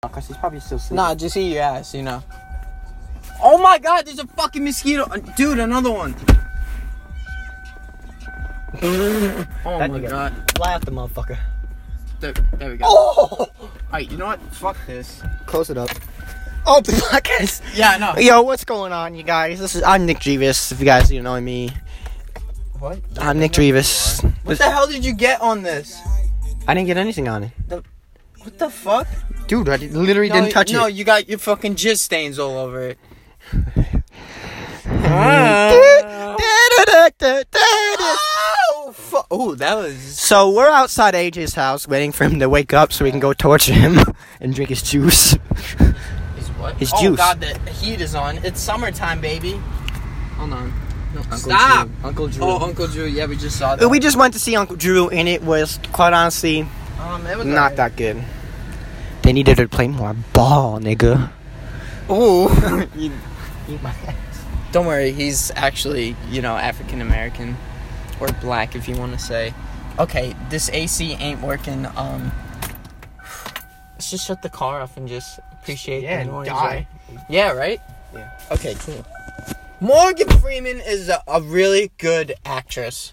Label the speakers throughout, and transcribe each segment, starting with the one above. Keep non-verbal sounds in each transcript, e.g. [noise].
Speaker 1: Because she's probably still sleeping.
Speaker 2: Nah, just eat your ass, you know. Oh my god, there's a fucking mosquito. Uh, Dude, another one. oh
Speaker 1: That
Speaker 2: my
Speaker 1: nigga.
Speaker 2: god.
Speaker 1: Fly out the motherfucker.
Speaker 2: There, there we go.
Speaker 1: Oh!
Speaker 2: Alright, you know what? Fuck this.
Speaker 1: Close it up. Oh, [laughs] podcast.
Speaker 2: Yeah, no.
Speaker 1: Yo, what's going on, you guys? This is I'm Nick Drevis. If you guys don't know me,
Speaker 2: What?
Speaker 1: I'm Nick Drevis.
Speaker 2: What the hell did you get on this?
Speaker 1: I didn't get anything on it,
Speaker 2: What the fuck?
Speaker 1: dude. I did- literally
Speaker 2: no,
Speaker 1: didn't touch
Speaker 2: no,
Speaker 1: it.
Speaker 2: you got your fucking jizz stains all over [laughs] it. oh, fu- Ooh, that
Speaker 1: [laughs]
Speaker 2: was.
Speaker 1: So we're outside AJ's house waiting for him to wake up so we can go torture him [laughs] and drink his juice.
Speaker 2: His what?
Speaker 1: His
Speaker 2: oh,
Speaker 1: juice.
Speaker 2: god, the heat is on. It's summertime, baby. Hold on. No,
Speaker 1: Uncle
Speaker 2: stop.
Speaker 1: Drew. Uncle Drew.
Speaker 2: Oh, Uncle Drew. Yeah, we just saw that.
Speaker 1: But we just went to see Uncle Drew, and it was quite honestly
Speaker 2: um, it was
Speaker 1: not that good. They needed to play more ball, nigga.
Speaker 2: Ooh.
Speaker 1: You eat my [laughs] ass.
Speaker 2: Don't worry, he's actually, you know, African American or black if you want to say. Okay, this AC ain't working. Um Let's just shut the car off and just appreciate
Speaker 1: Yeah,
Speaker 2: the noise.
Speaker 1: die.
Speaker 2: Right? Yeah, right?
Speaker 1: Yeah.
Speaker 2: Okay, cool. Morgan Freeman is a, a really good actress.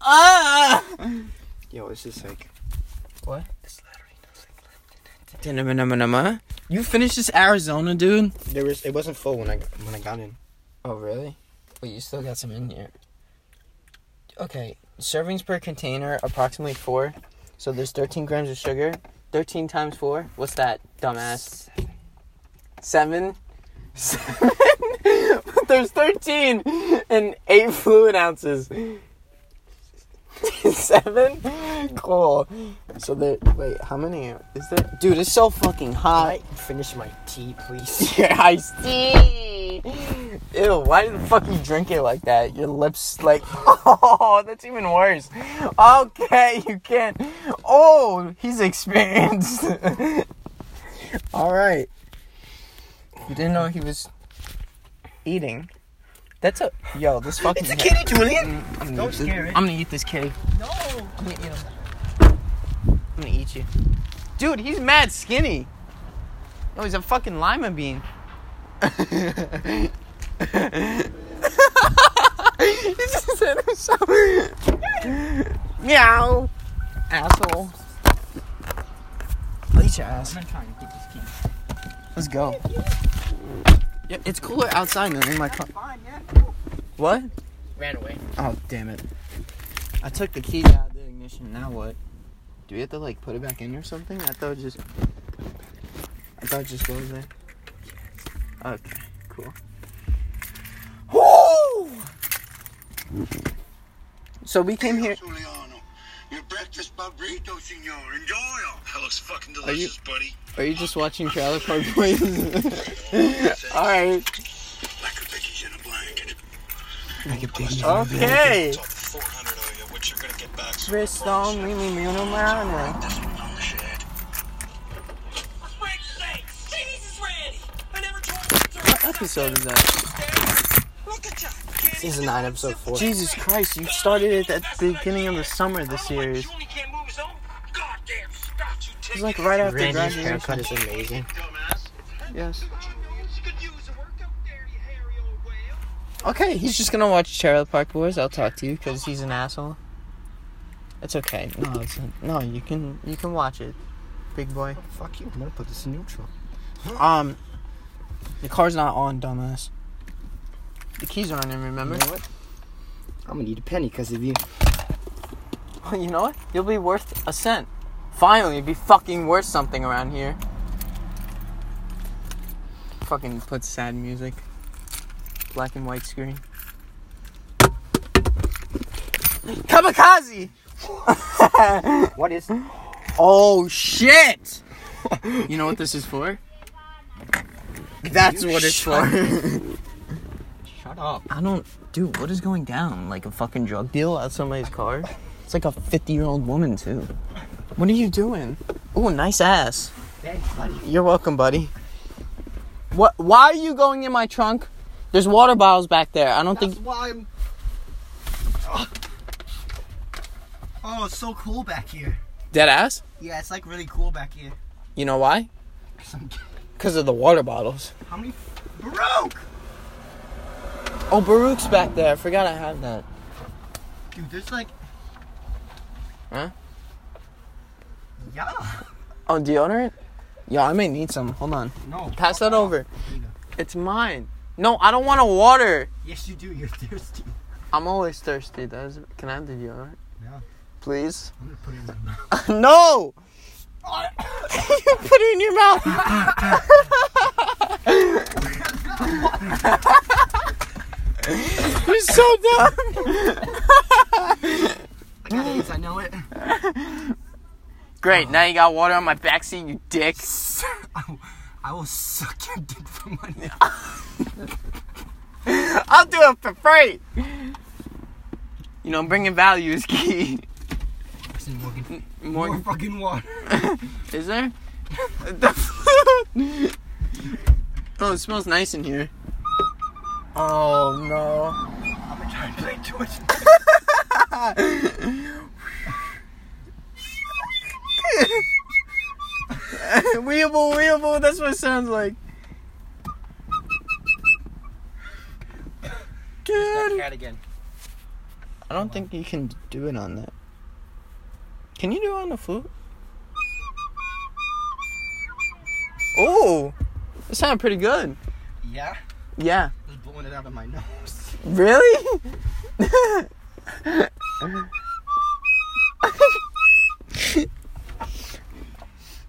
Speaker 2: Ah!
Speaker 1: Yo, this is like.
Speaker 2: What? This lottery You finished this Arizona, dude?
Speaker 1: There was. It wasn't full when I when I got in.
Speaker 2: Oh, really? Wait, you still got some in here. Okay, servings per container, approximately four. So there's 13 grams of sugar. 13 times four. What's that, dumbass? Seven. [laughs] Seven. [laughs] but there's 13 and eight fluid ounces. Seven? Cool. So there. Wait, how many is there? Dude, it's so fucking hot.
Speaker 1: I finish my tea, please.
Speaker 2: [laughs] Your iced tea. Ew, why the fuck you drink it like that? Your lips like [laughs] oh that's even worse. Okay, you can't Oh, he's experienced. [laughs] Alright. You didn't know he was eating. That's a yo, this fucking
Speaker 1: It's a kitty, Julian.
Speaker 2: I'm gonna
Speaker 1: Don't
Speaker 2: eat this-
Speaker 1: scare it.
Speaker 2: I'm gonna eat this kitty.
Speaker 1: No.
Speaker 2: I'm gonna eat him. I'm gonna eat you. Dude, he's mad skinny. No, he's a fucking
Speaker 1: [laughs]
Speaker 2: lima bean. he just said himself. Meow. Asshole. Eat your ass. Let's go. Yeah, it's cooler outside than in my car. What?
Speaker 1: Ran away.
Speaker 2: Oh, damn it. I took the key out of the ignition. Now what? Do we have to, like, put it back in or something? I thought it just. I thought it just goes there. Okay, cool. Woo! So we came here.
Speaker 3: Giuliano. Your breakfast burrito, signor. Enjoy them. That looks fucking
Speaker 2: you-
Speaker 3: delicious, buddy.
Speaker 2: Are you just watching Trailer Park [laughs] Boys? uh, Alright.
Speaker 3: Like a baby's in a blanket.
Speaker 2: Okay.
Speaker 3: Top 400 of you, which you're gonna get back soon. I
Speaker 2: Wrist
Speaker 3: promise.
Speaker 2: on, me, me, me, no, man.
Speaker 3: This one on the shed.
Speaker 4: Frank say, Jesus, Randy! I never told
Speaker 2: What episode is that?
Speaker 4: Look at you!
Speaker 1: Season nine, episode four.
Speaker 2: Jesus Christ, you started it at the beginning of the summer of the series.
Speaker 4: Julie can't move his own goddamn spots, you
Speaker 2: It
Speaker 4: take
Speaker 2: was like right after
Speaker 1: Randy's
Speaker 2: graduation.
Speaker 1: haircut is amazing.
Speaker 3: Dumbass.
Speaker 2: Yes.
Speaker 4: You could use a workout there, you hairy old whale.
Speaker 2: Okay, he's just gonna watch Trailer Park Boys. I'll talk to you because he's an asshole. It's okay. No, it's no. You can you can watch it, big boy.
Speaker 1: Fuck you. I'm gonna put this in neutral.
Speaker 2: Um, the car's not on, dumbass. The keys are on him. Remember?
Speaker 1: You know what? I'm gonna need a penny because of you.
Speaker 2: [laughs] you know what? You'll be worth a cent. Finally, be fucking worth something around here. Fucking put sad music. Black and white screen. Kamikaze!
Speaker 1: What is?
Speaker 2: Oh shit! you know what this is for? That's
Speaker 1: You
Speaker 2: what it's for.
Speaker 1: shut
Speaker 2: I
Speaker 1: Shut up.
Speaker 2: don't. Dude, what is going down? Like a fucking drug deal out somebody's car? It's like a 50 year old woman, too. What are you doing? Oh, nice ass.
Speaker 1: Thanks, buddy.
Speaker 2: You're welcome, buddy. What? Why are you going in my trunk? There's water bottles back there. I don't
Speaker 1: That's
Speaker 2: think.
Speaker 1: why I'm. Oh, it's so oh, cool back here.
Speaker 2: Dead ass?
Speaker 1: Yeah, it's like really cool back here.
Speaker 2: You know why? Because of the water bottles.
Speaker 1: How many? Broke!
Speaker 2: Oh, Baruch's back there. I forgot I had that.
Speaker 1: Dude, there's like.
Speaker 2: Huh?
Speaker 1: Yeah.
Speaker 2: Oh, deodorant? Yo, I may need some. Hold on.
Speaker 1: No.
Speaker 2: Pass that over.
Speaker 1: Nina.
Speaker 2: It's mine. No, I don't want a water.
Speaker 1: Yes, you do. You're thirsty.
Speaker 2: I'm always thirsty. That is, can I have the deodorant?
Speaker 1: Yeah.
Speaker 2: Please?
Speaker 1: I'm gonna put it in my mouth.
Speaker 2: [laughs] no! you put it in your mouth. [laughs] You're so dumb.
Speaker 1: I got AIDS, I know it.
Speaker 2: Great, now you got water on my backseat, you dick.
Speaker 1: [laughs] I will- I will suck your dick for money.
Speaker 2: [laughs] I'll do it for free. You know, bringing value is key.
Speaker 1: Listen, Morgan. More
Speaker 2: More,
Speaker 1: fucking water.
Speaker 2: is there? [laughs] oh, it smells nice in here. Oh [laughs] no.
Speaker 1: I'm gonna try to play too much.
Speaker 2: weeable, weeable. That's what it sounds like. Dude.
Speaker 1: Cat again.
Speaker 2: I don't think you can do it on that. Can you do it on the flute? Oh, that sounded pretty good.
Speaker 1: Yeah.
Speaker 2: Yeah.
Speaker 1: Just blowing it out of my nose.
Speaker 2: Really? [laughs]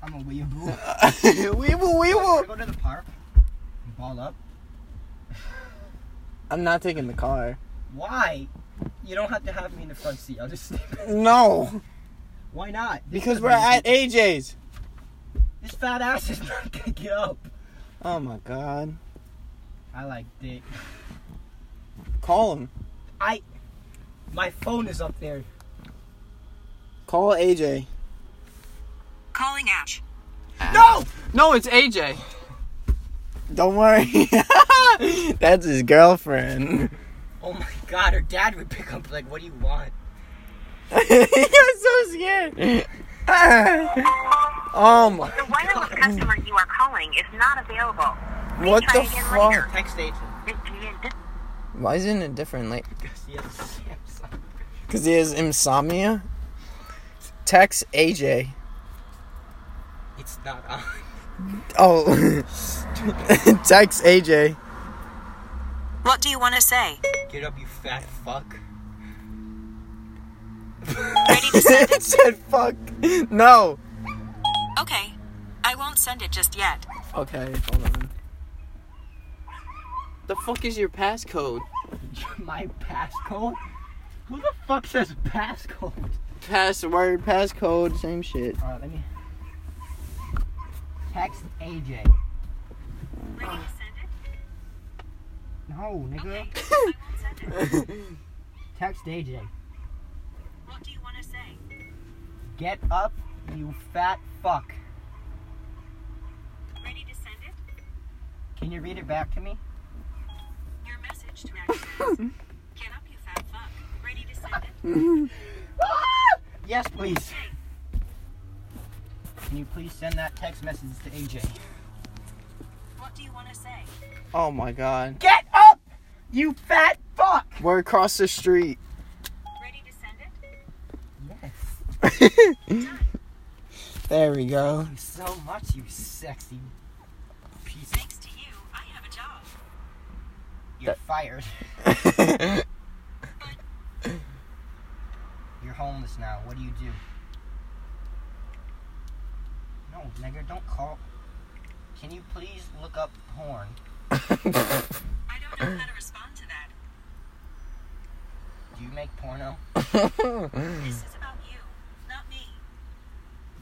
Speaker 1: I'm a weeaboo.
Speaker 2: [laughs] weeble,
Speaker 1: Should I
Speaker 2: weeble.
Speaker 1: go to the park? Ball up.
Speaker 2: I'm not taking the car.
Speaker 1: Why? You don't have to have me in the front seat. I'll just sleep.
Speaker 2: No,
Speaker 1: [laughs] Why not? This
Speaker 2: because
Speaker 1: is
Speaker 2: we're
Speaker 1: amazing.
Speaker 2: at AJ's.
Speaker 1: This fat ass is not gonna get up.
Speaker 2: Oh my god.
Speaker 1: I like dick.
Speaker 2: Call him.
Speaker 1: I. My phone is up there.
Speaker 2: Call AJ.
Speaker 4: Calling Ash.
Speaker 1: No!
Speaker 2: No, it's AJ. Don't worry. [laughs] That's his girlfriend.
Speaker 1: Oh my god, her dad would pick up, like, what do you
Speaker 2: [laughs]
Speaker 1: want?
Speaker 2: You're so scared. [laughs] oh my.
Speaker 5: The wireless customer you are calling is not available. Please
Speaker 2: What
Speaker 5: try
Speaker 2: the
Speaker 5: again
Speaker 2: fuck?
Speaker 5: later.
Speaker 1: Text agent.
Speaker 2: Why isn't it different? Like,
Speaker 1: Because he has a Samsung.
Speaker 2: because he has insomnia? Text AJ.
Speaker 1: It's not on. [laughs]
Speaker 2: Oh. [laughs] Text AJ.
Speaker 5: What do you want to say?
Speaker 1: Get up, you fat fuck.
Speaker 5: Ready
Speaker 2: [laughs]
Speaker 5: to
Speaker 2: [laughs]
Speaker 5: send
Speaker 2: it
Speaker 5: it?
Speaker 2: said fuck. No.
Speaker 5: Okay. I won't send it just yet.
Speaker 2: Okay, hold on. The fuck is your passcode?
Speaker 1: [laughs] My passcode? Who the fuck says passcode?
Speaker 2: Password, passcode, same shit.
Speaker 1: Alright, let me. Text AJ.
Speaker 5: Ready to send it?
Speaker 1: No, [laughs] nigga.
Speaker 5: I won't send it.
Speaker 1: Text AJ.
Speaker 5: What do you want to say?
Speaker 1: Get up, you fat fuck.
Speaker 5: Ready to send it?
Speaker 1: Can you read it back to me?
Speaker 5: Your message to
Speaker 1: [laughs]
Speaker 5: Ash says, Get up, you fat fuck. Ready to send it?
Speaker 1: [laughs] Yes, please. Can you please send that text message to AJ?
Speaker 5: What do you want to say?
Speaker 2: Oh my god.
Speaker 1: Get up, you fat fuck!
Speaker 2: We're across the street. [laughs]
Speaker 5: Ready to send it?
Speaker 1: Yes.
Speaker 2: There we
Speaker 1: [laughs]
Speaker 2: go.
Speaker 1: Thank you so much, you sexy piece. of-
Speaker 5: Thanks to you, I have a job.
Speaker 1: You're fired. You're homeless now. What do you do? No, nigga, don't call. Can you please look up porn?
Speaker 5: I don't know how to respond to
Speaker 1: [clears throat]
Speaker 5: that.
Speaker 1: Do you make porno?
Speaker 5: This is about you, not me.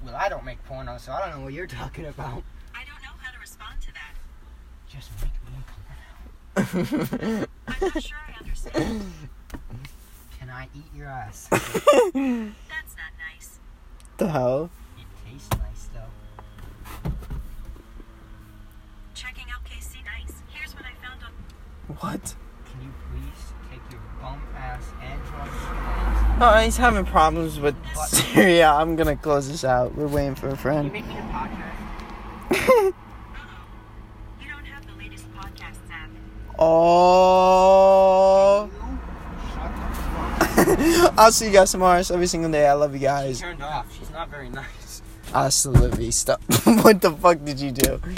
Speaker 1: Well, I don't make porno, so I don't know what you're [laughs] talking about.
Speaker 5: I don't know how to respond to that.
Speaker 1: Just make me a porno.
Speaker 5: I'm not sure I
Speaker 1: [clears throat]
Speaker 5: understand.
Speaker 1: Can I eat your ass?
Speaker 5: That's not nice.
Speaker 2: [laughs] the hell?
Speaker 1: It tastes nice though.
Speaker 5: Checking out KC Nice. Here's what I found on.
Speaker 2: What?
Speaker 1: Can you please take your bum ass and your hands
Speaker 2: Oh, he's having problems [laughs] with Syria. I'm gonna close this out. We're waiting for a friend.
Speaker 5: You make your podcast. Uh-oh. You don't have the latest podcasts app.
Speaker 2: Oh. [laughs] I'll see you guys tomorrow. It's every single day. I love you guys.
Speaker 4: Turned off. She's not very nice.
Speaker 2: [laughs] Hasta la vista. what the fuck did you do?